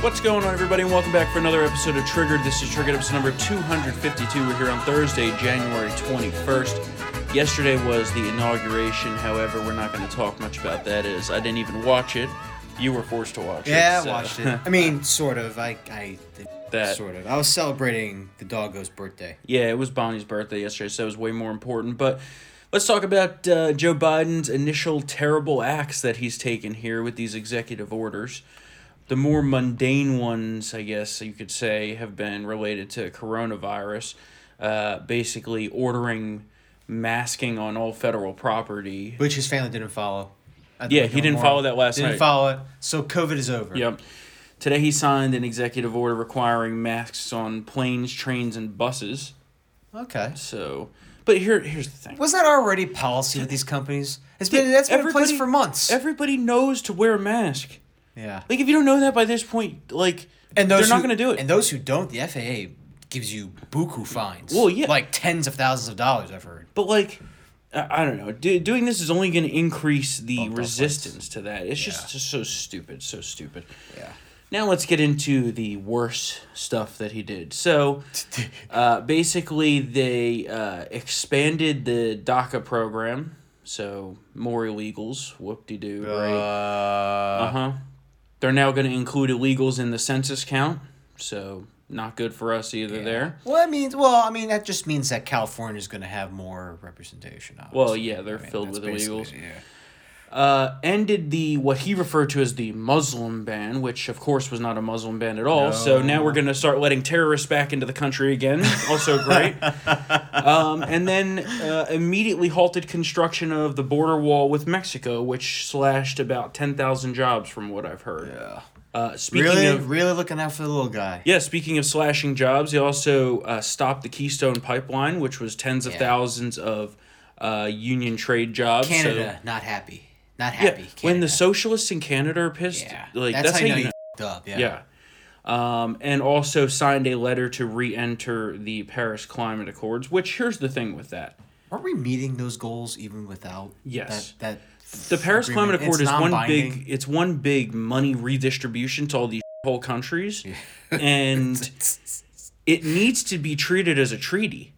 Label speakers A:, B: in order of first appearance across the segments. A: What's going on, everybody? And welcome back for another episode of Triggered. This is Triggered episode number 252. We're here on Thursday, January 21st. Yesterday was the inauguration. However, we're not going to talk much about that. Is I didn't even watch it. You were forced to watch
B: Yeah,
A: it.
B: I
A: so-
B: watched it. uh, I mean, sort of. I, I
A: That-
B: sort of. I was celebrating the doggo's birthday.
A: Yeah, it was Bonnie's birthday yesterday, so it was way more important. But let's talk about uh, Joe Biden's initial terrible acts that he's taken here with these executive orders. The more mundane ones, I guess you could say, have been related to coronavirus, uh, basically ordering masking on all federal property.
B: which his family didn't follow. I
A: Yeah,
B: think
A: he didn't
B: Gilmore
A: follow that last
B: didn't
A: night.
B: follow it. So COVID is over.
A: Yep. Today he signed an executive order requiring masks on planes, trains, and buses.
B: Okay.
A: So, but here, here's the thing.
B: Was that already policy with these companies? It's been that's been in place
A: Everybody-
B: for months.
A: Everybody knows to wear a mask.
B: yeah.
A: Like if you don't know that by this point, like
B: And those
A: they're not
B: who-
A: going to do it.
B: And those who don't, the FAA gives you buku fines.
A: Well, yeah.
B: like tens of thousands of dollars. I've heard.
A: but like I I don't know. Do, doing this is only going to increase the
B: both ways.
A: resistance to that. It's just, just so stupid, so stupid.
B: Yeah.
A: Now let's get into the worse stuff that he did. So, uh, basically, they uh, expanded the DACA program. So more illegals. Whoop de doo. Right. Uh
B: Uh,
A: huh. They're now going to include illegals in the census count. So not good for us either. There.
B: well, that means well, I mean that just means that California is going to have more representation. Obviously.
A: Well, yeah, they're
B: I mean,
A: filled
B: that's
A: with
B: basically-
A: illegals.
B: Yeah.
A: Uh, ended the what he referred to as the Muslim ban, which of course was not a Muslim ban at all. So now we're going to start letting terrorists back into the country again. Also great. um, and then uh, immediately halted construction of the border wall with Mexico, which slashed about ten thousand jobs, from what I've heard.
B: Yeah.
A: Uh, speaking
B: Really,
A: of
B: really looking out for the little guy.
A: Yeah, speaking of slashing jobs, he also uh, stopped the Keystone Pipeline, which was tens of
B: Yeah.
A: thousands of uh, union trade jobs. so-
B: Canada, not happy. Not
A: yeah,
B: happy.
A: when the
B: Canada.
A: socialists in Canada are pissed,
B: yeah.
A: like
B: that's, how you know you
A: know.
B: f***ed up. Yeah.
A: Yeah. Um, and also signed a letter to re-enter the Paris Climate Accords. Which here's the thing with that:
B: Aren't we meeting those goals even without?
A: Yes.
B: That,
A: the Paris Climate
B: agreement?
A: Accord
B: It's
A: is one
B: non-binding.
A: big. It's one big money redistribution to all these whole countries, and it needs to be treated as a treaty.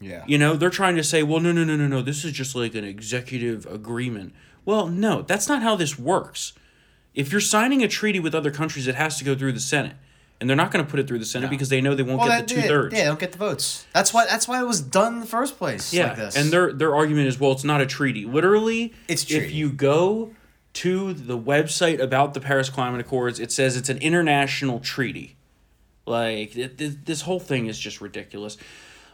B: Yeah.
A: You know, they're trying to say, well, no, no, no, no, no, this is just like an executive agreement. Well, no, that's not how this works. If you're signing a treaty with other countries, it has to go through the Senate. And they're not going to put it through the Senate because they know they won't
B: Well,
A: get the two
B: that-
A: thirds.
B: Yeah, they don't get the votes. That's why. That's why it was done in the first place.
A: Yeah,
B: Like this.
A: and their their argument is, well, it's not a treaty. Literally,
B: It's
A: If
B: treaty.
A: you go to the website about the Paris Climate Accords, it says it's an international treaty. Like th- th- this whole thing is just ridiculous.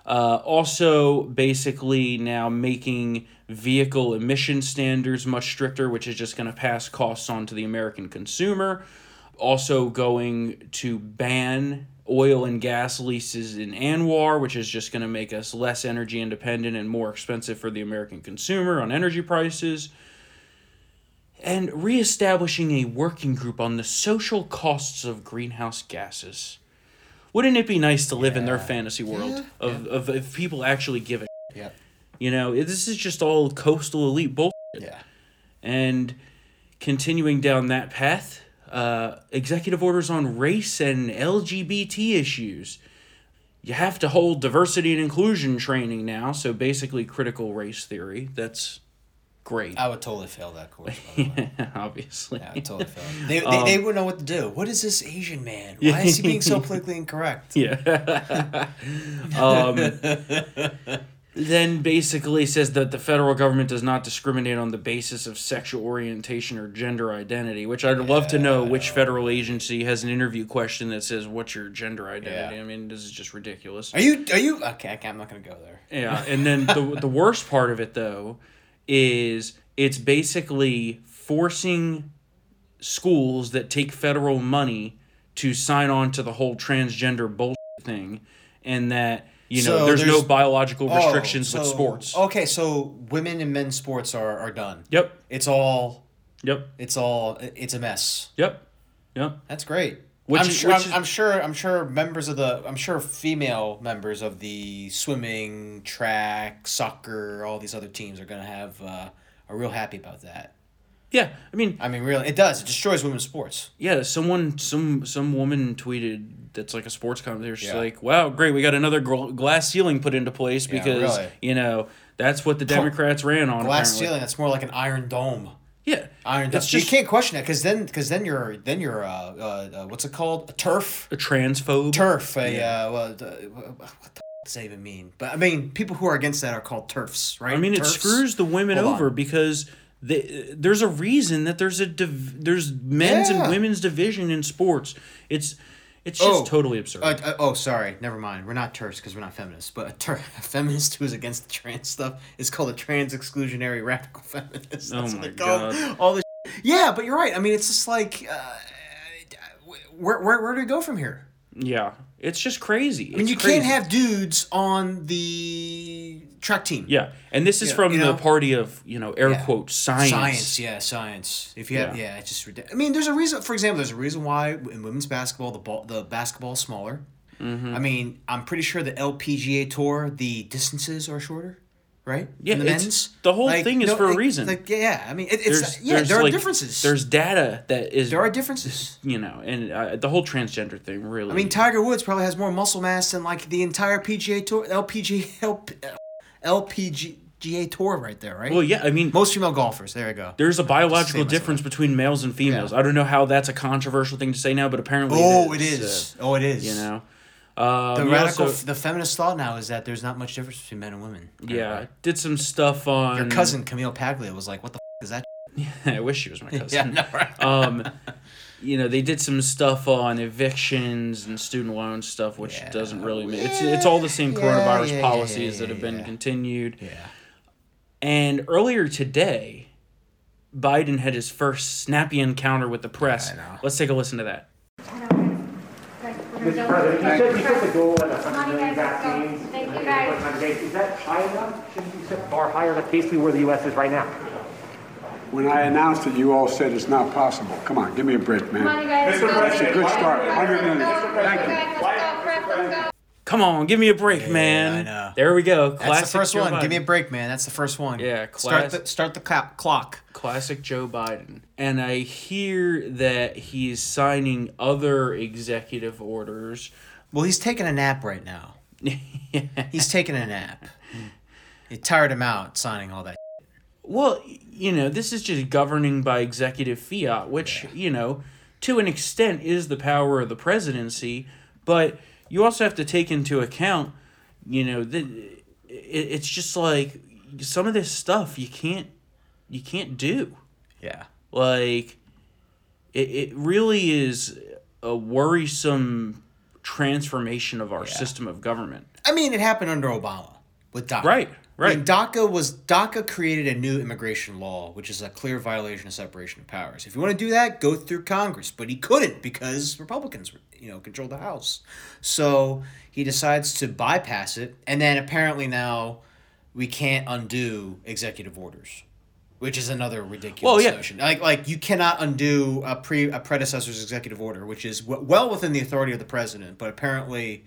A: Uh, also, basically now making vehicle emission standards much stricter, which is just going to pass costs on to the American consumer. Also, going to ban oil and gas leases in Anwar, which is just going to make us less energy independent and more expensive for the American consumer on energy prices. And reestablishing a working group on the social costs of greenhouse gases. Wouldn't it be nice to live in their
B: Yeah.
A: fantasy world
B: Yeah.
A: Of, of if people actually give a
B: Yep.
A: you know, it- this is just all coastal elite bull.
B: Yeah.
A: And continuing down that path, uh, executive orders on race and LGBT issues. You have to hold diversity and inclusion training now, so basically critical race theory. That's great,
B: I would totally fail that course. By the way.
A: obviously.
B: Uh, Yeah, I would totally fail. it. They, they,
A: Um,
B: they wouldn't know what to do. What is this Asian man?
A: Yeah.
B: Why is he being so politically incorrect?
A: Yeah. um, then basically says that the federal government does not discriminate on the basis of sexual orientation or gender identity, which I'd love to know which federal agency has an interview question that says, What's your gender identity?
B: Yeah.
A: I mean, this is just ridiculous.
B: Are you? Are you? Okay, okay I'm not gonna go there.
A: Yeah, and then the the worst part of it though is it's basically forcing schools that take federal money to sign on to the whole transgender bullshit thing, and that you know
B: So
A: there's, no
B: there's-
A: biological
B: Oh,
A: restrictions with
B: so- oh.
A: sports.
B: Okay, so women and men's sports are, are done.
A: Yep,
B: It's all
A: yep,
B: it's all it's a mess.
A: yep, yep.
B: That's great.
A: Which
B: I'm
A: is-
B: sure.
A: which
B: I'm,
A: is-
B: I'm sure. I'm sure. Members of the. I'm sure female members of the swimming, track, soccer, all these other teams are gonna have. Uh, are real happy about that.
A: Yeah, I mean,
B: I mean, really, it does. It destroys women's sports.
A: yeah, someone, some, some woman tweeted that's like a sports commentator. She's
B: Yeah.
A: like, "Wow, great, we got another gl- glass ceiling put into place because
B: really.
A: you know that's what the Democrats ran on."
B: Glass
A: apparently.
B: ceiling. That's more like an iron dome.
A: Yeah,
B: Iron dome.
A: It's
B: you
A: just-
B: can't question it because then, because then you're then you're uh, uh, uh, what's it called? A turf.
A: a transphobe.
B: Turf. A uh, well, the, what the f- does that even mean? But I mean, people who are against that are called turfs, right?
A: I mean,
B: Turfs?
A: it screws the women
B: Hold on.
A: over because they, there's a reason that there's a div- there's men's
B: Yeah.
A: and women's division in sports. It's it's just
B: Oh,
A: totally absurd.
B: Uh, uh, oh, sorry. Never mind. We're not turfs because we're not feminists. But a, tur- a feminist who is against the trans stuff is called a trans exclusionary radical feminist. That's
A: Oh
B: what
A: my
B: they're called. All this. sh- Yeah, but you're right. I mean, it's just like, uh, where, where where do we go from here?
A: yeah, it's just crazy.
B: I mean, you can't have dudes on the track team.
A: Yeah, and this is
B: Yeah,
A: from
B: you
A: the
B: know?
A: party of you know air
B: Yeah.
A: quotes science.
B: Science, yeah, science. If you have,
A: Yeah.
B: yeah, it's just ridiculous. I mean, there's a reason. For example, there's a reason why in women's basketball the ball the basketball's smaller.
A: Mm-hmm.
B: I mean, I'm pretty sure the LPGA tour the distances are shorter, right?
A: Yeah,
B: Than the
A: it's-
B: men's.
A: the whole thing is for a
B: like-
A: reason.
B: Like, yeah, I mean, it, it's
A: There's,
B: yeah,
A: there's,
B: there are
A: like,
B: differences.
A: There's data that is
B: there are differences.
A: you know, and uh, the whole transgender thing really.
B: I mean, Tiger Woods probably has more muscle mass than like the entire PGA tour, LPGA, LP, LPGA tour, right there, right?
A: well, yeah, I mean,
B: Most female golfers. There you go.
A: there's a biological
B: myself.
A: difference between males and females. I don't know how that's a controversial thing to say now, but apparently,
B: Oh, it
A: is,
B: is. Oh, it is.
A: uh, you know, uh,
B: The radical, the feminist thought now is that there's not much difference between men and women.
A: yeah, did some stuff on
B: Your cousin Camille Paglia was like, "What the f- is that?"
A: I wish she was my cousin.
B: no, right.
A: um, you know, they did some stuff on evictions and student loan stuff, which
B: Yeah.
A: doesn't really make it's it's all the same
B: Yeah,
A: coronavirus
B: yeah, yeah,
A: policies
B: yeah,
A: that have been
B: yeah.
A: continued.
B: Yeah.
A: And earlier today, Biden had his first snappy encounter with the press.
B: I know.
A: Let's take a listen to that.
C: Mr.
D: President, you said you put the goal at
C: Money
D: 100 million
C: back to
D: vaccines.
C: go. Thank you,
D: 100
C: guys.
D: times a day. Is that high enough? Shouldn't you set far higher? That's basically where the U.S. is right now.
E: When I announced it, you all said it's not possible. Come on, give me a break, man.
C: President.
E: Good start. 100 million. Thank you.
C: Thank you.
A: Come on, give me a break, man.
B: I know.
A: There we go.
B: That's the first
A: Joe
B: one. Give
A: Biden.
B: me a break, man. That's the first one.
A: Yeah,
B: Start
A: class-
B: the start the clap, clock.
A: classic Joe Biden. And I hear that he's signing other executive orders.
B: Well, he's taking a nap right now. He's taking a nap. It tired him out signing all that.
A: Well, you know, this is just governing by executive fiat, which, you know, to an extent is the power of the presidency, but you also have to take into account, you know, that it, it's just like some of this stuff you can't you can't do.
B: Yeah.
A: Like it, it really is a worrisome transformation of our system of government.
B: I mean, it happened under Obama with DACA.
A: Right, right.
B: I mean, DACA was DACA created a new immigration law, which is a clear violation of separation of powers. If you want to do that, go through Congress, but he couldn't because Republicans, you know, controlled the House. So he decides to bypass it, and then apparently now we can't undo executive orders. Which is another ridiculous
A: Well, yeah.
B: notion. Like, like you cannot undo a pre a predecessor's executive order, which is w- well within the authority of the president. But apparently,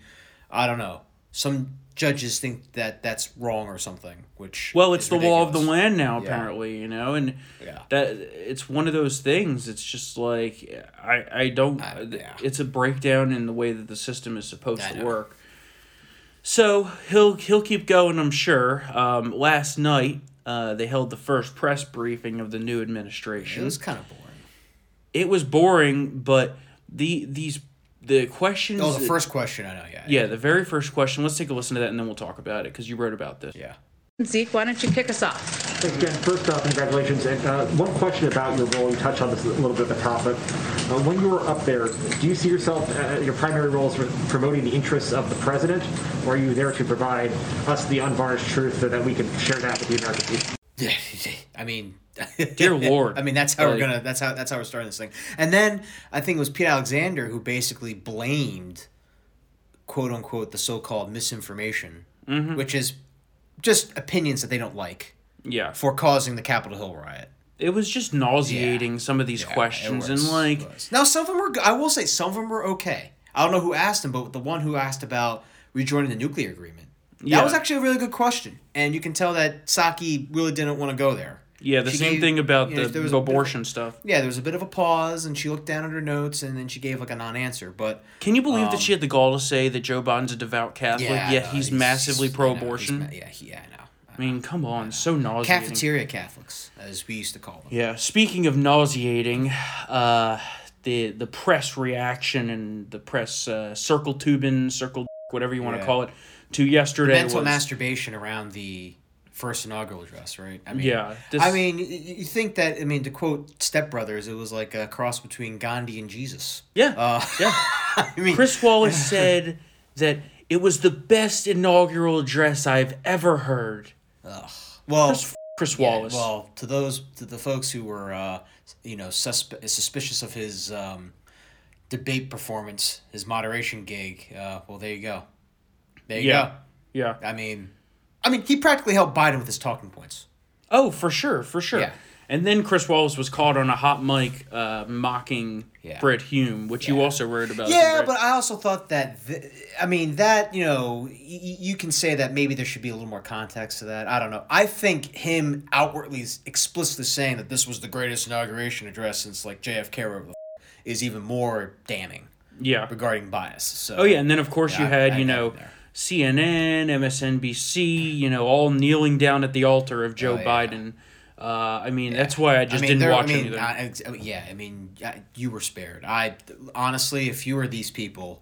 B: I don't know. Some judges think that that's wrong or something, which
A: Well, it's
B: is
A: the law of the
B: ridiculous.
A: land now, apparently, you know, and
B: Yeah.
A: that it's one of those things. It's just like I I don't.
B: I- yeah.
A: It's a breakdown in the way that the system is supposed
B: I
A: to
B: know.
A: work. So he'll he'll keep going, I'm sure. Um, last night. Uh, they held the first press briefing of the new administration
B: It was kind of boring.
A: it was boring, but the these the questions.
B: Oh, the
A: that-
B: first question I know. Yeah.
A: yeah, the very first question. Let's take a listen to that, and then we'll talk about it because you wrote about this.
B: Yeah.
F: Zeke, why don't you kick us off?
D: Thanks, Jen. First off, congratulations. And uh, one question about your role. You touched on this a little bit at the top, but uh, when you were up there, do you see yourself, uh, your primary role is for promoting the interests of the president, or are you there to provide us the unvarnished truth so that we can share that with the American people?
B: Yeah. I mean,
A: Dear Lord.
B: I mean, that's how
A: Like-
B: we're gonna. That's how. That's how we're starting this thing. And then I think it was Pete Alexander who basically blamed, quote unquote, the so-called misinformation,
A: Mm-hmm.
B: which is just opinions that they don't like
A: Yeah,
B: for causing the Capitol Hill riot.
A: it was just nauseating. Some of these
B: Yeah, it
A: questions, and
B: was,
A: like,
B: it was. now some of them were. go- I will say some of them were okay. I don't know who asked them, but the one who asked about rejoining the nuclear agreement,
A: Yeah.
B: that was actually a really good question, and you can tell that Saki really didn't want to go there.
A: Yeah, the
B: She
A: same
B: gave-
A: thing about
B: yeah,
A: the
B: there was a bit of-
A: abortion stuff.
B: Yeah, there was a bit of a pause, and she looked down at her notes, and then she gave like a non-answer. But
A: Can you believe that she had the gall to say that Joe Biden's a devout Catholic,
B: Um, yeah,
A: yet
B: no,
A: he's, massively
B: I know, he's
A: pro-abortion?
B: ma- yeah, he- yeah, I know.
A: I mean, come on, so nauseating.
B: Cafeteria Catholics, as we used to call them.
A: Yeah. Speaking of nauseating, uh, the the press reaction and the press uh, circle tubing, circle whatever you want to
B: Yeah.
A: call it, to yesterday
B: Mental
A: was
B: masturbation around the first inaugural address, right? I mean,
A: Yeah, this-
B: I mean, y- y- you think that? I mean, to quote Step Brothers, it was like a cross between Gandhi and Jesus.
A: yeah
B: Uh.
A: yeah.
B: I mean,
A: Chris Wallace said that it was the best inaugural address I've ever heard.
B: well,
A: Chris, Chris
B: yeah,
A: Wallace.
B: well, to those to the folks who were, uh, you know, susp- suspicious of his um, debate performance, his moderation gig. Uh, well, there you go. There you
A: yeah. Yeah.
B: go. I mean, I mean, he practically helped Biden with his talking points.
A: Oh, for sure, for sure.
B: Yeah.
A: And then Chris Wallace was caught on a hot mic uh, mocking
B: Yeah.
A: Brett Hume, which you also wrote about.
B: Yeah,
A: Brett.
B: but I also thought that, th- I mean, that, you know, y- y- you can say that maybe there should be a little more context to that. I don't know. I think him outwardly s- explicitly saying that this was the greatest inauguration address since, like, JFK or whatever the f- is even more damning
A: yeah.
B: regarding bias. So,
A: Oh yeah, and then of course you
B: Yeah, I-
A: had
B: I
A: you
B: got
A: know
B: it there.
A: CNN, MSNBC, you know, all kneeling down at the altar of Joe
B: Oh, yeah.
A: Biden. Uh, I mean, that's why I
B: I
A: just
B: mean,
A: didn't
B: there,
A: watch
B: I mean,
A: anything.
B: I, ex- I mean, yeah, I mean, I, you were spared. I honestly, if you were these people,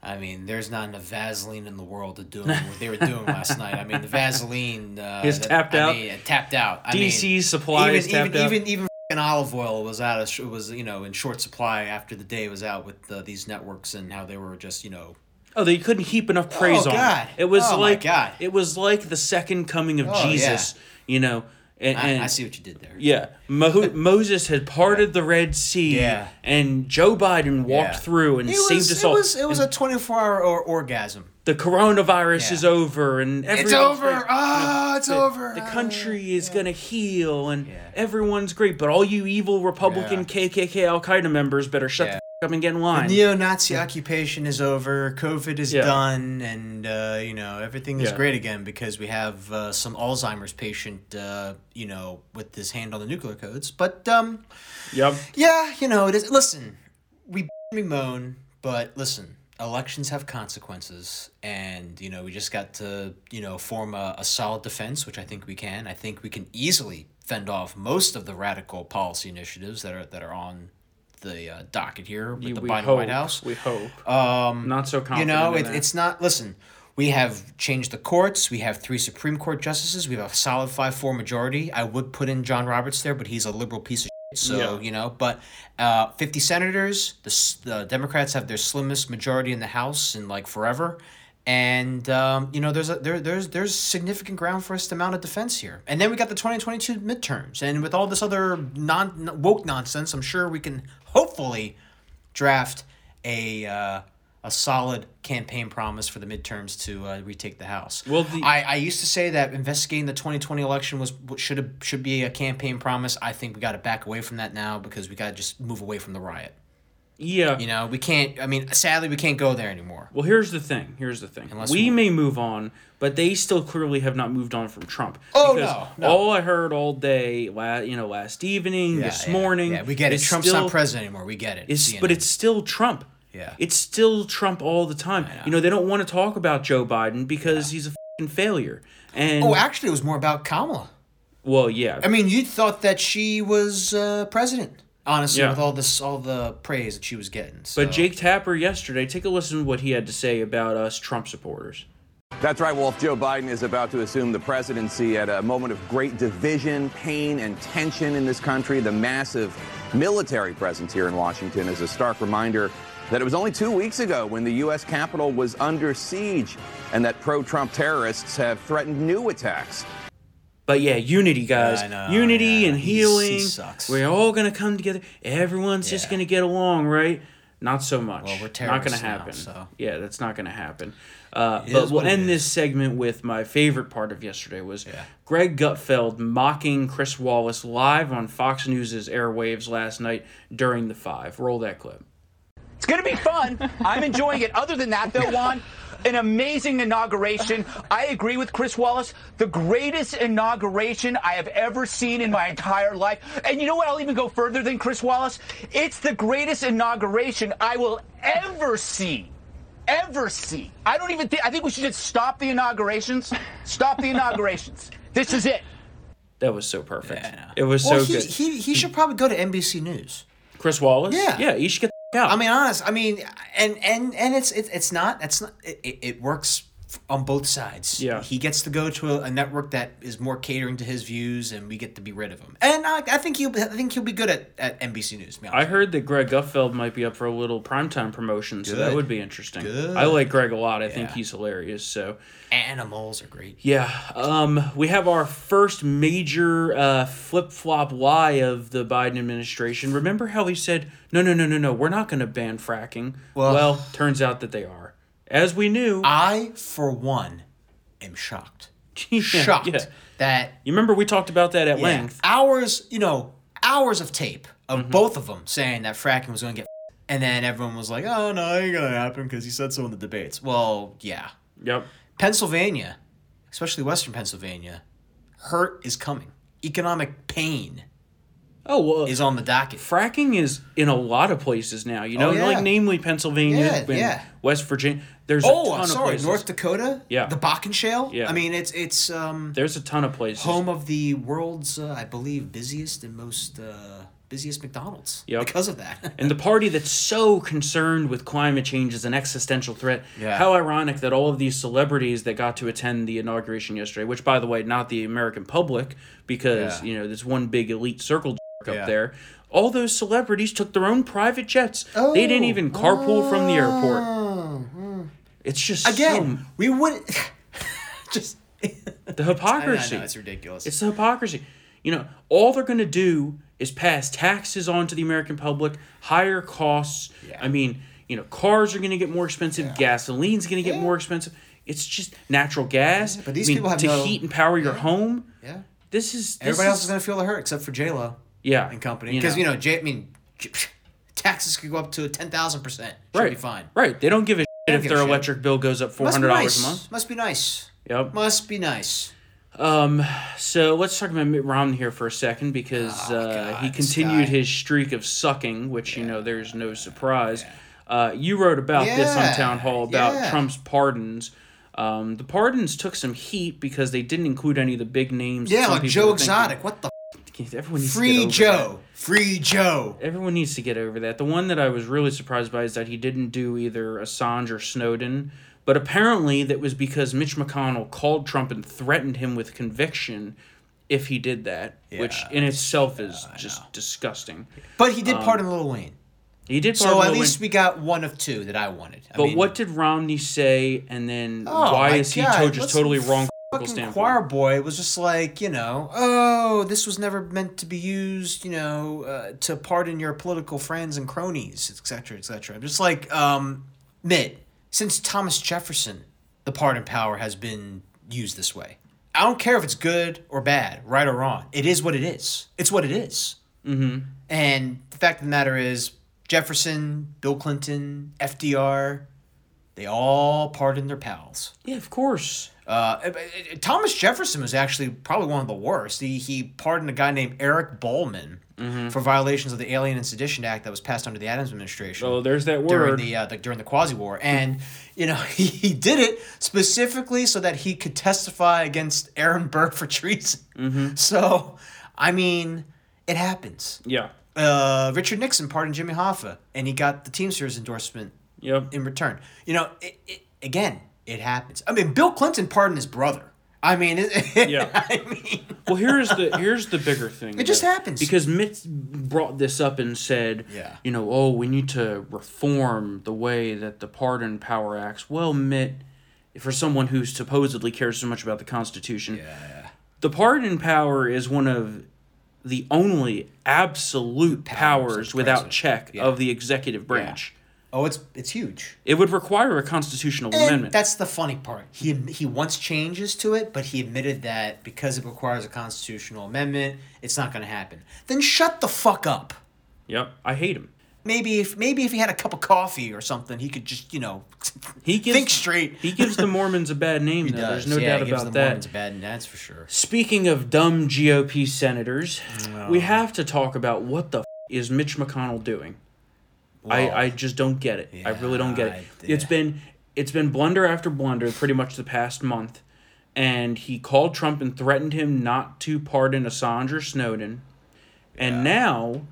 B: I mean, there's not enough Vaseline in the world to do what they were doing last night. I mean, the Vaseline uh,
A: It's
B: that-
A: tapped
B: I
A: out.
B: mean, it tapped out. I mean,
A: DC supply
B: even
A: is tapped
B: even,
A: out.
B: even even f***ing olive oil was out of sh- was you know in short supply after the day was out with uh, these networks and how they were just you know
A: oh, they couldn't heap enough praise on.
B: God.
A: It. it was
B: Oh, my
A: like
B: God.
A: it was like the second coming of
B: Oh,
A: Jesus. You know, and,
B: I,
A: and
B: I see what you did there.
A: Yeah, Mo- Moses had parted the Red Sea,
B: Yeah.
A: and Joe Biden walked
B: Yeah.
A: through and
B: It
A: saved
B: was,
A: us
B: it
A: all.
B: was it was a 24 hour or- orgasm.
A: the coronavirus
B: Yeah.
A: is over, and everything's
B: It's over.
A: great.
B: Ah, it's
A: the,
B: over.
A: The
B: Ah.
A: country is gonna heal, and
B: Yeah.
A: everyone's great. But all you evil Republican KKK Al Qaeda members better shut
B: Yeah.
A: the f- up and get in line.
B: neo-Nazi occupation is over. COVID is
A: Yeah.
B: done, and uh, you know everything is
A: Yeah.
B: great again because we have uh, some Alzheimer's patient, uh, you know, with his hand on the nuclear codes. But um,
A: Yep.
B: yeah, you know it is. Listen, we we moan, but listen, elections have consequences, and you know we just got to you know form a, a solid defense, which I think we can. I think we can easily fend off most of the radical policy initiatives that are that are on. The uh, docket here with the
A: we
B: Biden
A: hope.
B: White House.
A: We hope. Um, Not so
B: You
A: confident.
B: know,
A: in
B: it,
A: that.
B: it's not. Listen, we have changed the courts. We have three Supreme Court justices. We have a solid five-four majority. I would put in John Roberts there, but he's a liberal piece of shit. So
A: Yeah.
B: you know, but uh, fifty senators. The, s- the Democrats have their slimmest majority in the House in like forever. And um, you know, there's a, there there's there's significant ground for us to mount a defense here. And then we got the twenty twenty two midterms, and with all this other non woke nonsense, I'm sure we can hopefully draft a uh, a solid campaign promise for the midterms to uh, retake the House.
A: Well, the-
B: I, I used to say that investigating the twenty twenty election was what should have should be a campaign promise. I think we got to back away from that now because we got to just move away from the riot.
A: yeah.
B: You know, we can't. I mean, sadly, we can't go there anymore.
A: Well, here's the thing. Here's the thing. we
B: we-
A: may move on, but they still clearly have not moved on from Trump.
B: Oh,
A: Because
B: no, no.
A: All I heard all day, la- you know, last evening, this morning.
B: Yeah, we get it.
A: is
B: Trump's
A: still-
B: not president anymore. We get it.
A: It's,
B: CNN.
A: but it's still Trump.
B: Yeah.
A: It's still Trump all the time. You know, they don't want to talk about Joe Biden because he's a fing failure. And
B: oh, actually, it was more about Kamala.
A: well, yeah.
B: I mean, you thought that she was uh, president, honestly,
A: Yeah.
B: with all this, all the praise that she was getting. So.
A: but Jake Tapper yesterday, take a listen to what he had to say about us Trump supporters.
C: That's right, Wolf. Joe Biden is about to assume the presidency at a moment of great division, pain, and tension in this country. The massive military presence here in Washington is a stark reminder that it was only two weeks ago when the U.S. Capitol was under siege and that pro Trump terrorists have threatened new attacks.
A: But yeah, unity, guys.
B: I know,
A: unity
B: yeah.
A: and
B: He's- he
A: healing.
B: sucks.
A: We're all gonna come together. Everyone's just
B: Yeah.
A: gonna get along, right? Not so much.
B: Well, we're
A: Not gonna
B: terrorists now,
A: happen.
B: so.
A: Yeah, that's not gonna happen. Uh,
B: It
A: but
B: is
A: we'll
B: what it
A: end this segment with my favorite part of yesterday was Greg Gutfeld mocking Chris Wallace live on Fox News' airwaves last night during the five. Roll that clip.
G: It's going to be fun. I'm enjoying it. Other than that, though, Juan, an amazing inauguration. I agree with Chris Wallace. The greatest inauguration I have ever seen in my entire life. And you know what? I'll even go further than Chris Wallace. It's the greatest inauguration I will ever see ever see. I don't even think. I think we should just stop the inaugurations. Stop the inaugurations. This is it.
A: That was so perfect. It was
B: Well,
A: so
B: he,
A: good.
B: he he should probably go to NBC News.
A: Chris Wallace.
B: Yeah.
A: yeah. You should get the f- out.
B: I mean, honest. I mean, and and and it's it, it's not. It's not. It, it, it works f- on both sides.
A: Yeah.
B: He gets to go to a, a network that is more catering to his views, and we get to be rid of him. And I, I think you I think he'll be good at, at NBC News. to be
A: I
B: honest.
A: heard that Greg Gutfeld might be up for a little primetime promotion, so that
B: Good.
A: would be interesting.
B: Good.
A: I like Greg a lot. I think
B: Yeah.
A: he's hilarious. So
B: Animals are great.
A: yeah, um, we have our first major uh, flip flop lie of the Biden administration. Remember how he said, "No, no, no, no, no, we're not going to ban fracking." Well,
B: Well-
A: turns out that they are, as we knew.
B: I, for one, am shocked.
A: Yeah,
B: Shocked
A: yeah.
B: that
A: You remember we talked about that at
B: yeah,
A: length. Mm-hmm.
B: hours, you know, hours of tape of both of them saying that fracking was going to get, f- and then everyone was like, "Oh no, it ain't going to happen" because he said so in the debates. Well, yeah,
A: Yep.
B: Pennsylvania, especially Western Pennsylvania, hurt is coming. Economic pain
A: Oh well,
B: is on the docket.
A: fracking is in a lot of places now. You know,
B: Oh, yeah.
A: like namely Pennsylvania,
B: Yeah,
A: and
B: yeah.
A: West Virginia. There's a
B: Oh,
A: ton
B: I'm
A: of
B: sorry,
A: places.
B: North Dakota.
A: Yeah.
B: the Bakken Shale.
A: Yeah.
B: I mean, it's it's um
A: There's a ton of places.
B: home of the world's, uh, I believe, busiest and most uh, busiest McDonald's.
A: Yep.
B: because of that.
A: And the party that's so concerned with climate change as an existential threat.
B: Yeah.
A: How ironic that all of these celebrities that got to attend the inauguration yesterday, which by the way, not the American public, because
B: Yeah.
A: you know there's one big elite circle jerk
B: Yeah.
A: up there. All those celebrities took their own private jets. they didn't
B: Oh.
A: even carpool from the airport. It's just
B: Again,
A: so-
B: we would just.
A: the
B: I know,
A: hypocrisy.
B: it's ridiculous.
A: It's the hypocrisy. You know, all they're going to do is pass taxes on to the American public, higher costs. I mean, you know, cars are going to get more expensive, gasoline's going to get more expensive. It's just natural gas.
B: but
A: I
B: these
A: mean,
B: people have
A: to
B: no-
A: heat and power your home.
B: yeah.
A: This is this
B: Everybody else is
A: is-
B: going to feel the hurt except for J Lo
A: yeah
B: and company because you know, J. I mean, taxes could go up to ten thousand percent. Should
A: right
B: be fine.
A: right they don't give a shit if
B: give a
A: their
B: shit.
A: electric bill goes up four
B: Must be
A: hundred dollars
B: nice.
A: a month.
B: Must be nice.
A: Yep.
B: Must be nice.
A: So let's talk about Mitt Romney here for a second because uh, he
B: Oh, this
A: continued
B: guy.
A: his streak of sucking, which you know there's no surprise. Uh, you wrote about this on
B: Yeah,
A: Town Hall about
B: yeah.
A: Trump's pardons. Um, the pardons took some heat because they didn't include any of the big names. that
B: Yeah,
A: some
B: like
A: people
B: Joe
A: were thinking.
B: Exotic. What the
A: Everyone needs to get
B: free
A: over
B: Joe? Free Joe.
A: that. Everyone needs to get over that. The one that I was really surprised by is that he didn't do either Assange or Snowden. But apparently, that was because Mitch McConnell called Trump and threatened him with conviction if he did that, which in itself is just disgusting.
B: But he did
A: Um,
B: pardon Lil Wayne.
A: He did.
B: So at least we got one of two that I wanted. I
A: but
B: mean,
A: what did Romney say, and then
B: Oh,
A: why
B: my
A: is he
B: God,
A: to- just
B: what's
A: totally wrong?
B: fucking
A: standpoint?
B: choir boy was just like you know oh this was never meant to be used you know uh, to pardon your political friends and cronies etc cetera, etc cetera. i'm just like um mitt since thomas jefferson the pardon power has been used this way i don't care if it's good or bad right or wrong it is what it is it's what it is
A: Mm-hmm.
B: and the fact of the matter is, Jefferson, Bill Clinton, FDR, they all pardoned their pals.
A: Yeah, of course.
B: Uh, Thomas Jefferson was actually probably one of the worst. He, he pardoned a guy named Eric Ballman
A: Mm-hmm.
B: for violations of the Alien and Sedition Act that was passed under the Adams administration
A: Oh, there's that
B: during
A: word.
B: the, uh, the during the Quasi War, and you know he, he did it specifically so that he could testify against Aaron Burr for treason.
A: Mm-hmm.
B: So, I mean, it happens
A: yeah.
B: uh, Richard Nixon pardoned Jimmy Hoffa, and he got the Teamsters endorsement
A: Yep.
B: in return. You know, it, it, again, it happens. I mean, Bill Clinton pardoned his brother. I mean, it,
A: Yeah.
B: I mean,
A: well, here's the here's the bigger thing.
B: It just
A: though,
B: happens.
A: because Mitt brought this up and said,
B: Yeah.
A: you know, oh, we need to reform the way that the pardon power acts. Well, Mitt, for someone who supposedly cares so much about the Constitution, the pardon power is one of the only absolute powers, without check of the executive branch.
B: oh, it's it's huge.
A: It would require a constitutional
B: And
A: amendment.
B: that's the funny part. He he wants changes to it, but he admitted that because it requires a constitutional amendment, it's not going to happen. Then shut the fuck up.
A: Yep, I hate him.
B: Maybe if maybe if he had a cup of coffee or something, he could just you know
A: He gives,
B: think straight.
A: He gives the Mormons a bad name, though. There's no doubt about that.
B: It's bad, that's for sure.
A: Speaking of dumb GOP senators, we have to talk about what the f- is Mitch McConnell doing.
B: Well,
A: I, I just don't get it. I really don't get it.
B: I-
A: It's been it's been blunder after blunder pretty much the past month, and he called Trump and threatened him not to pardon Assange or Snowden, and now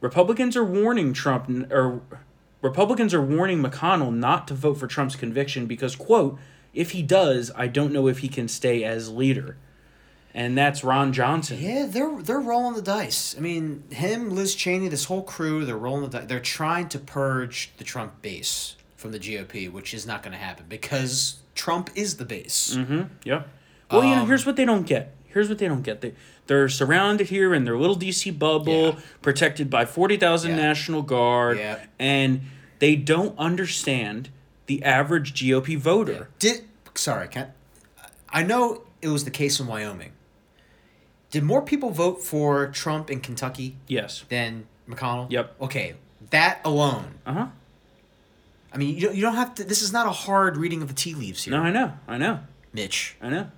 A: Republicans are warning Trump n- or Republicans are warning McConnell not to vote for Trump's conviction because quote if he does I don't know if he can stay as leader, and that's Ron Johnson.
B: Yeah, they're they're rolling the dice. I mean, him, Liz Cheney, this whole crew, they're rolling the dice. They're trying to purge the Trump base from the GOP, which is not going to happen because Trump is the base.
A: Mm-hmm. Yeah. Well, you know, here's
B: Um,
A: what they don't get. Here's what they don't get. They they're surrounded here in their little DC bubble,
B: Yeah.
A: protected by forty thousand
B: Yeah.
A: National Guard,
B: Yeah.
A: and they don't understand the average GOP voter.
B: Did sorry, can I, I know it was the case in Wyoming. Did more people vote for Trump in Kentucky
A: Yes.
B: than McConnell?
A: Yep.
B: Okay, that alone.
A: Uh huh.
B: I mean, you don't, you don't have to. This is not a hard reading of the tea leaves here,
A: No, I know. I know.
B: Mitch.
A: I know.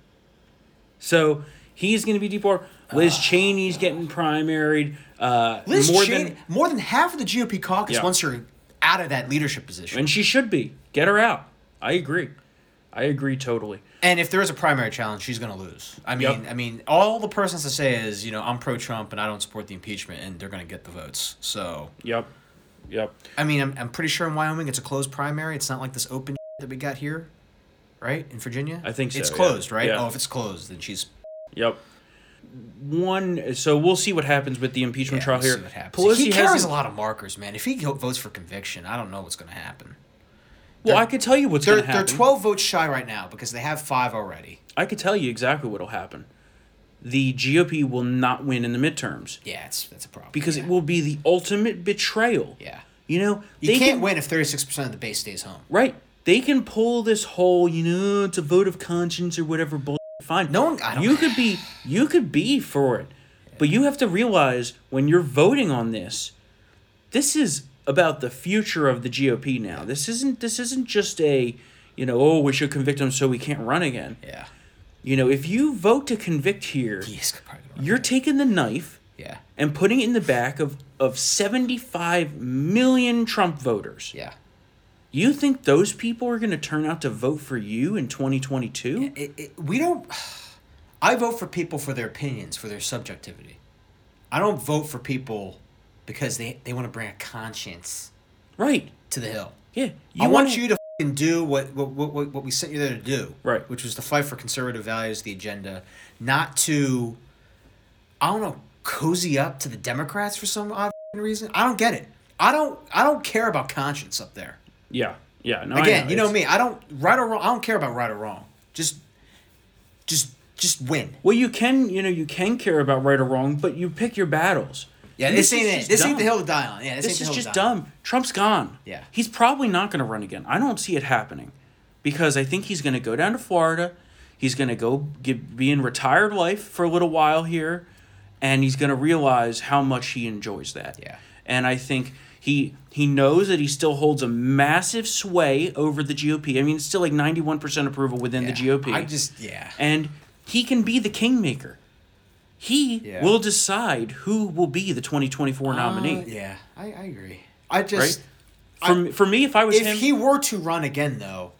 A: So he's going to be deep water. Liz Cheney's getting primaried. Uh,
B: Ah. Liz
A: more
B: Cheney,
A: than
B: more than half of the GOP caucus
A: Yeah.
B: wants her out of that leadership position.
A: and she should be. Get her out. I agree. I agree totally.
B: And if there is a primary challenge, she's going to lose. I mean,
A: Yep.
B: I mean, all the person's to say is, you know, I'm pro Trump and I don't support the impeachment, and they're going to get the votes. So,
A: Yep. Yep.
B: I mean, I'm, I'm pretty sure in Wyoming it's a closed primary. It's not like this open that we got here, right? In Virginia,
A: I think so,
B: It's
A: yeah.
B: closed, right?
A: Yeah.
B: Oh, if it's closed, then she's
A: Yep. One, so we'll see what happens with the impeachment
B: yeah,
A: trial
B: we'll
A: here.
B: See what happens.
A: Pelosi
B: he carries
A: hasn't-
B: a lot of markers, man. If he go- votes for conviction, I don't know what's going to happen.
A: Well, I could tell you what's going
B: They're
A: to happen.
B: they're 12 votes shy right now because they have five already.
A: I could tell you exactly what'll happen. The GOP will not win in the midterms
B: Yeah, it's that's a problem
A: because
B: yeah.
A: it will be the ultimate betrayal.
B: Yeah,
A: You know,
B: you can't
A: can,
B: win if 36 percent of the base stays home.
A: Right. They can pull this whole, you know, it's a vote of conscience or whatever bull. Fine.
B: No one- I don't-
A: you could be you could be for it. But you have to realize when you're voting on this, this is about the future of the GOP now. This isn't this isn't just a, you know, oh, we should convict him so we can't run again.
B: Yeah,
A: You know, if you vote to convict here,
B: he is probably gonna run.
A: you're taking the knife
B: yeah,
A: and putting it in the back of of 75 million Trump voters.
B: yeah.
A: You think those people are going to turn out to vote for you in 2022?
B: It, it, we don't. I vote for people for their opinions, for their subjectivity. I don't vote for people because they they want to bring a conscience
A: Right.
B: to the hill.
A: Yeah.
B: I want
A: wanna-
B: you to fing do what what, what what what we sent you there to do,
A: Right.
B: Which was to fight for conservative values, the agenda, not to. I don't know, cozy up to the Democrats for some odd fing reason. I don't get it. I don't. I don't care about conscience up there.
A: Yeah. Yeah. No, I
B: Again, you know
A: it's-
B: me. I don't right or wrong. I don't care about right or wrong. Just, just, just win.
A: Well, you can, you know, you can care about right or wrong, but you pick your battles.
B: Yeah,
A: And
B: this,
A: is
B: ain't it.
A: just
B: This ain't the
A: dumb.
B: hill to die on. Yeah, this,
A: This
B: ain't
A: is
B: the hill
A: just
B: to die on.
A: dumb. Trump's gone.
B: Yeah.
A: He's probably not going to run again. I don't see it happening because I think he's going to go down to Florida. He's going to go get, be in retired life for a little while here, and he's going to realize how much he enjoys that.
B: Yeah.
A: And I think he he knows that he still holds a massive sway over the GOP. I mean, it's still like ninety one percent approval within the
B: Yeah.
A: GOP
B: I just yeah.
A: and he can be the kingmaker. He
B: Yeah.
A: will decide who will be the 2024 nominee.
B: Yeah, I, I agree. I just
A: Right? For, for me, if I was
B: if
A: him,
B: he were to run again though,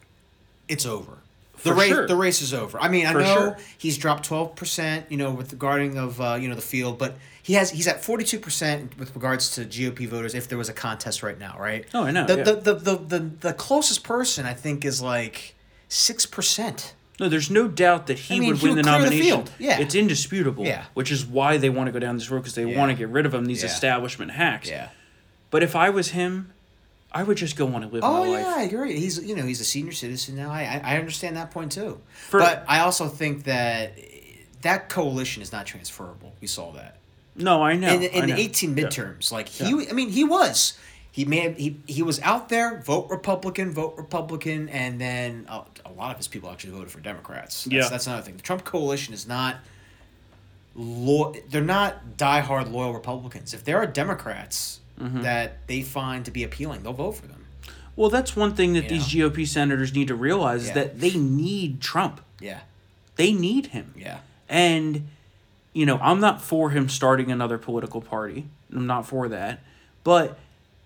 B: it's over. The
A: For
B: race
A: sure.
B: the race is over. I mean, I
A: For
B: know
A: sure.
B: he's dropped twelve percent, you know, with regarding of uh, you know the field, but he has he's at forty two percent with regards to GOP voters. If there was a contest right now, right?
A: Oh, I know,
B: The
A: yeah.
B: the, the, the, the the closest person I think is like six percent.
A: no, there's no doubt that he
B: I mean,
A: would
B: he
A: win
B: would
A: the
B: clear the
A: nomination.
B: field. Yeah.
A: It's indisputable,
B: Yeah.
A: which is why they want to go down this road because they want to get rid of him, these
B: Yeah.
A: establishment hacks. But if I was him, I would just go on and live
B: Oh
A: my
B: yeah,
A: life.
B: I agree. He's you know he's a senior citizen now. I I, I understand that point too.
A: For-
B: but I also think that that coalition is not transferable. We saw that.
A: No, I know.
B: in,
A: I
B: in
A: know.
B: the 18
A: Yeah.
B: midterms. Like he, I mean, he was. He made he he was out there vote Republican, vote Republican, and then uh, a lot of his people actually voted for Democrats. That's,
A: Yeah.
B: that's another thing. The Trump coalition is not. Lo- they're not diehard loyal Republicans. If there are Democrats
A: Mm-hmm.
B: that they find to be appealing, they'll vote for them.
A: Well, that's one thing that these GOP senators need to realize is
B: Yeah.
A: that they need Trump.
B: Yeah.
A: They need him.
B: Yeah.
A: And, you know, I'm not for him starting another political party. I'm not for that. But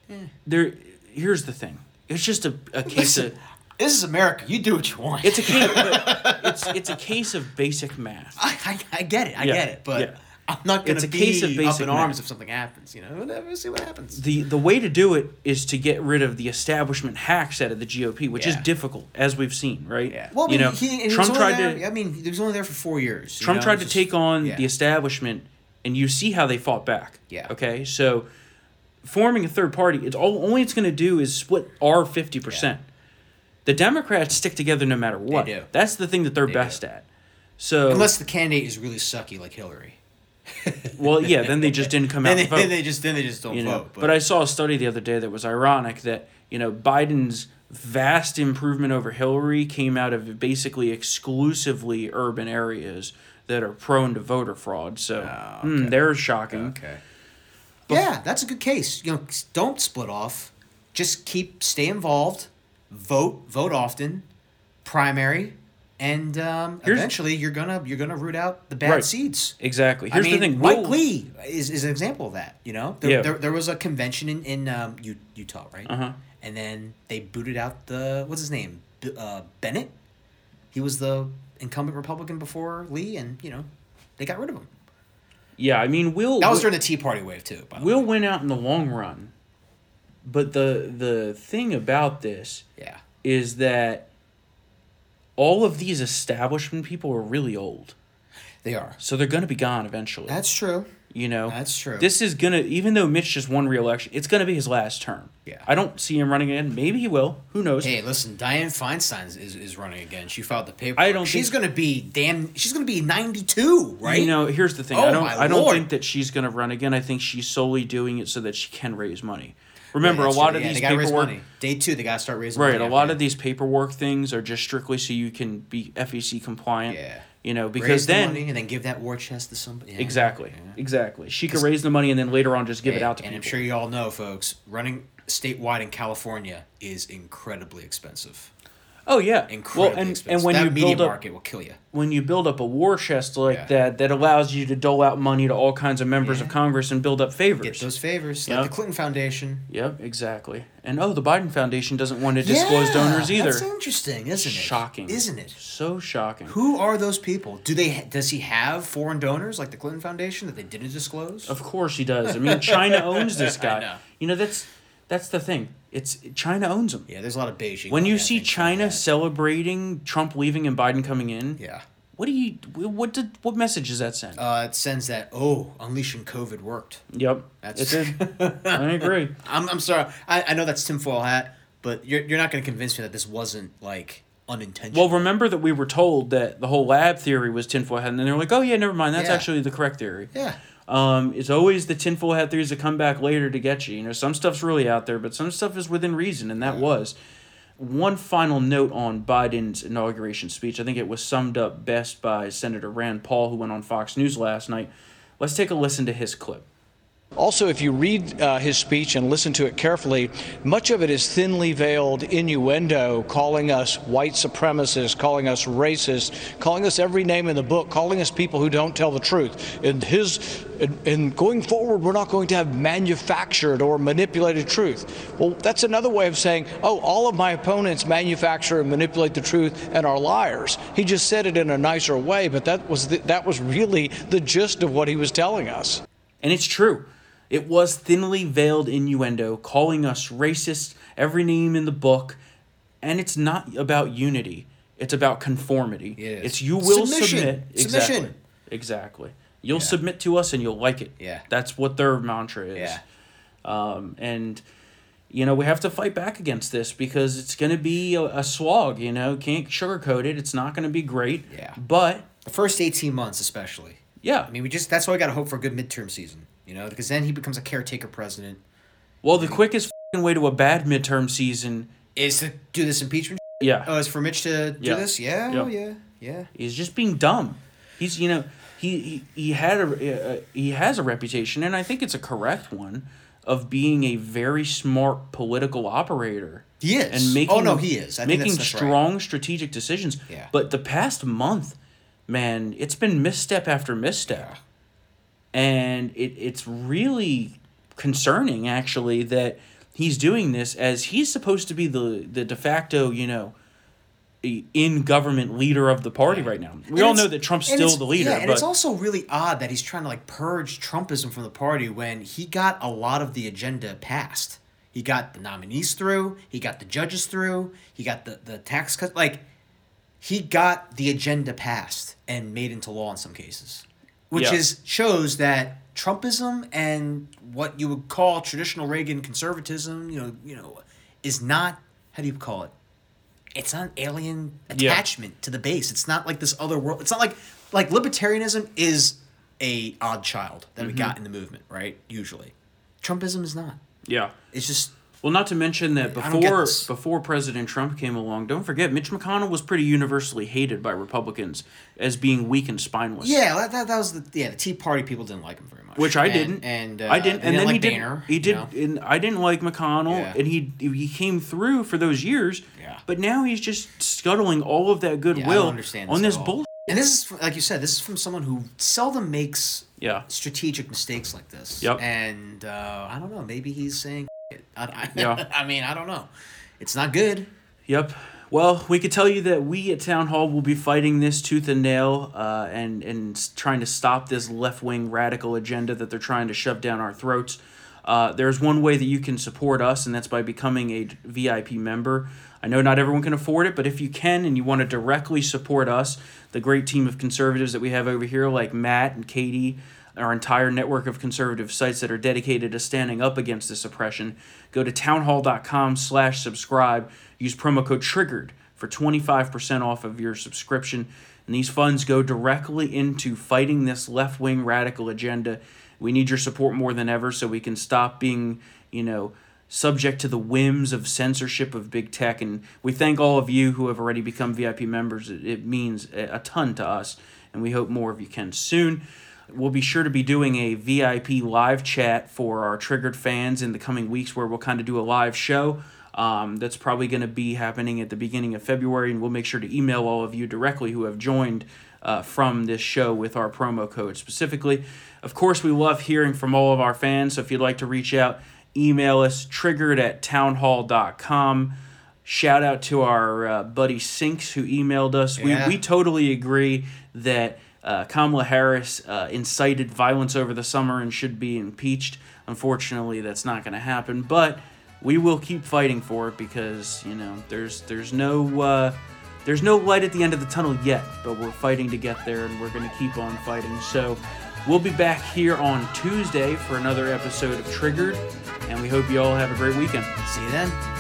B: Eh.
A: there here's the thing. It's just a, a case
B: Listen,
A: of
B: this is America. You do what you want.
A: it's a case but it's it's a case of basic math.
B: I, I, I get it. I
A: Yeah,
B: get it. But
A: yeah.
B: I'm not going
A: It's
B: to
A: a
B: be
A: case of
B: up
A: basic
B: in arms
A: math.
B: if something happens. You know, whatever. See what happens.
A: the the way to do it is to get rid of the establishment hacks out of the GOP, which is
B: Yeah.
A: difficult as we've seen, right?
B: yeah.
A: Well,
B: Well,
A: you know,
B: he, and he
A: Trump
B: was only
A: tried
B: there,
A: to
B: I mean, he was only there for four years. you
A: Trump
B: know,
A: tried
B: it's
A: to
B: just-
A: take on
B: yeah.
A: the establishment, and you see how they fought back.
B: Yeah.
A: Okay, so forming a third party, it's all only it's going to do is split our fifty percent. The Democrats stick together no matter what.
B: do.
A: That's the thing that they're best
B: do.
A: at. So,
B: Unless the candidate is really sucky, like Hillary.
A: well, yeah, then they just didn't come out.
B: Then they,
A: and vote.
B: then they just then they just don't
A: you know.
B: vote.
A: but, I saw a study the other day that was ironic that you know Biden's vast improvement over Hillary came out of basically exclusively urban areas that are prone to voter fraud. So hmm, they're shocking.
B: Oh, okay. yeah, that's a good case. You know, s- don't split off. Just keep stay involved. Vote vote often. Primary, and um,
A: Here's-
B: eventually you're gonna you're gonna root out the bad
A: Right.
B: seeds.
A: Exactly. Here's
B: I mean,
A: the thing.
B: Mike
A: we'll-
B: Lee is, is an example of that. You know, there,
A: Yeah.
B: there, there was a convention in in um, U- Utah, right? Uh-huh. And then they booted out the what's his name B- uh, Bennett. He was the incumbent Republican before Lee, and you know they got rid of him.
A: Yeah, I mean, we'll
B: That was
A: we'll,
B: during the Tea Party wave too. By the
A: we'll
B: way.
A: win out in the long run. But the the thing about this
B: yeah.
A: is that all of these establishment people are really old,
B: They are.
A: so they're going to be gone eventually.
B: That's true.
A: You know,
B: That's true.
A: This is gonna, even though Mitch just won re-election, it's gonna be his last term.
B: Yeah.
A: I don't see him running again. Maybe he will. Who knows?
B: Hey, listen, Diane Feinstein is, is running again. She filed the paper.
A: I don't
B: She's
A: think-
B: gonna be damn. She's gonna be ninety two, right?
A: You know, here's the thing.
B: Oh,
A: I don't.
B: my
A: I don't
B: lord.
A: think that she's gonna run again. I think she's solely doing it so that she can raise money. Remember, a
B: That's
A: lot
B: true.
A: of
B: Yeah,
A: these
B: they gotta raise
A: paperwork,
B: money. Day two, they gotta start raising.
A: right?
B: money
A: A lot
B: after
A: of these paperwork things are just strictly so you can be FEC compliant.
B: Yeah.
A: You know,
B: that.
A: because
B: Raise the
A: then
B: money and then give that war chest to somebody. Yeah.
A: exactly, exactly, she could raise the money and then later on just give it out to
B: and
A: people.
B: I'm sure you all know, folks, running statewide in California is incredibly expensive.
A: oh yeah,
B: Incredibly
A: well, and
B: expensive.
A: and when
B: that
A: you
B: media
A: build up
B: market will kill you.
A: when you build up a war chest like
B: Yeah.
A: that, that allows you to dole out money to all kinds of members of Congress and build up favors.
B: Get those favors,
A: Yeah.
B: like the Clinton Foundation.
A: Yep, exactly. And oh, the Biden Foundation doesn't want to disclose
B: Yeah,
A: donors either.
B: That's interesting, isn't it?
A: Shocking,
B: isn't it?
A: So shocking.
B: Who are those people? Do they does he have foreign donors like the Clinton Foundation that they didn't disclose?
A: Of course he does. I mean, China owns this guy.
B: know.
A: You know that's that's the thing. It's China owns him.
B: yeah, there's a lot of Beijing.
A: When
B: on
A: you
B: that, I
A: see
B: think,
A: China
B: like that.
A: celebrating Trump leaving and Biden coming in,
B: yeah,
A: what do you what did what message does that send?
B: uh, it sends that. Oh, unleashing COVID worked.
A: yep,
B: That's-
A: that's it. did. I agree.
B: I'm, I'm sorry. I, I know that's tinfoil hat, but you're you're not going to convince me that this wasn't like unintentional.
A: Well, remember that we were told that the whole lab theory was tinfoil hat, and then they're like, "Oh yeah, never mind. That's
B: Yeah.
A: actually the correct theory."
B: yeah,
A: Um, it's always the tinfoil hat theories that come back later to get you. You know, some stuff's really out there, but some stuff is within reason, and that was. One final note on Biden's inauguration speech. I think it was summed up best by Senator Rand Paul, who went on Fox News last night. Let's take a listen to his clip.
H: Also, if you read uh, his speech and listen to it carefully, much of it is thinly veiled innuendo, calling us white supremacists, calling us racist, calling us every name in the book, calling us people who don't tell the truth. And his, and, and going forward, we're not going to have manufactured or manipulated truth. Well, that's another way of saying, oh, all of my opponents manufacture and manipulate the truth and are liars. He just said it in a nicer way, but that was the, that was really the gist of what he was telling us.
A: And it's true. It was thinly veiled innuendo, calling us racist, every name in the book. And it's not about unity, it's about conformity.
B: It is.
A: It's you will
B: Submission.
A: submit.
B: Submission.
A: Exactly. Exactly. You'll submit to us and you'll like it.
B: Yeah.
A: That's what their mantra is.
B: yeah.
A: And, you know, we have to fight back against this because it's going to be a, a slog, you know. Can't sugarcoat it. It's not going to be great.
B: Yeah.
A: But,
B: The first eighteen months, especially.
A: yeah.
B: I mean, we just that's why we got to hope for a good midterm season. You know, because then he becomes a caretaker president.
A: well, the quickest fing way to a bad midterm season.
B: Is to do this impeachment.
A: Yeah.
B: Oh, is for Mitch to do
A: Yeah.
B: this? Yeah,
A: Yeah.
B: oh, yeah, yeah.
A: He's just being dumb. He's uh, you know he he, he had a uh, he has a reputation, and I think it's a correct one of being a very smart political operator.
B: He is.
A: And making
B: Oh, no, he is. I think
A: making
B: that's- that's right.
A: strong strategic decisions.
B: Yeah.
A: But the past month, man, it's been misstep after misstep. And it it's really concerning actually that he's doing this as he's supposed to be the the de facto, you know, i- in government leader of the party right now. We all
B: And
A: know
B: it's-
A: that Trump's
B: and
A: still
B: it's-
A: the leader,
B: Yeah, and
A: but
B: it's also really odd that he's trying to like purge Trumpism from the party when he got a lot of the agenda passed. He got the nominees through, he got the judges through, he got the, the tax cut like he got the agenda passed and made into law in some cases. Which
A: Yeah.
B: is shows that Trumpism and what you would call traditional Reagan conservatism, you know, you know, is not how do you call it? it's not an alien
A: Yeah.
B: attachment to the base. It's not like this other world. It's not like like libertarianism is a odd child that we
A: Mm-hmm.
B: got in the movement, right? Usually, Trumpism is not.
A: yeah.
B: It's just
A: Well, not to mention that
B: I don't get
A: before
B: this.
A: before President Trump came along, don't forget Mitch McConnell was pretty universally hated by Republicans as being weak and spineless.
B: yeah. That, that, that was the yeah the Tea Party people didn't like him very much,
A: which I
B: And-
A: didn't,
B: and uh,
A: I didn't,
B: they
A: and then
B: like
A: he did.
B: Boehner,
A: he
B: you
A: did,
B: know?
A: and I didn't like McConnell,
B: Yeah.
A: and he he came through for those years.
B: Yeah.
A: But now he's just scuttling all of that goodwill
B: Yeah, I don't understand
A: on this
B: at all.
A: bull.
B: And this is from- like you said, this is from someone who seldom makes
A: Yeah.
B: strategic mistakes like this.
A: Yep.
B: And uh, I don't know, maybe he's saying it. I, I,
A: Yeah.
B: I mean, I don't know. It's not good.
A: Yep. Well, we could tell you that we at Town Hall will be fighting this tooth and nail, uh, and and s- trying to stop this left wing radical agenda that they're trying to shove down our throats. Uh, there's one way that you can support us, and that's by becoming a VIP member. I know not everyone can afford it, but if you can and you want to directly support us, the great team of conservatives that we have over here, like Matt and Katie, our entire network of conservative sites that are dedicated to standing up against this oppression go to townhall.com slash subscribe use promo code triggered for 25% off of your subscription and these funds go directly into fighting this left-wing radical agenda we need your support more than ever so we can stop being you know subject to the whims of censorship of big tech and we thank all of you who have already become vip members it, it means a a ton to us and we hope more of you can soon We'll be sure to be doing a VIP live chat for our triggered fans in the coming weeks where we'll kind of do a live show. Um, that's probably going to be happening at the beginning of February, and we'll make sure to email all of you directly who have joined uh, from this show with our promo code specifically. Of course, we love hearing from all of our fans, so if you'd like to reach out, email us triggered at townhall.com. Shout out to our uh, buddy Sinks who emailed us.
B: Yeah.
A: We, we totally agree that uh, Kamala Harris uh, incited violence over the summer and should be impeached. Unfortunately, that's not going to happen, but we will keep fighting for it because you know there's there's no uh, there's no light at the end of the tunnel yet, but we're fighting to get there and we're going to keep on fighting. So we'll be back here on Tuesday for another episode of Triggered, and we hope you all have a great weekend.
B: See you then.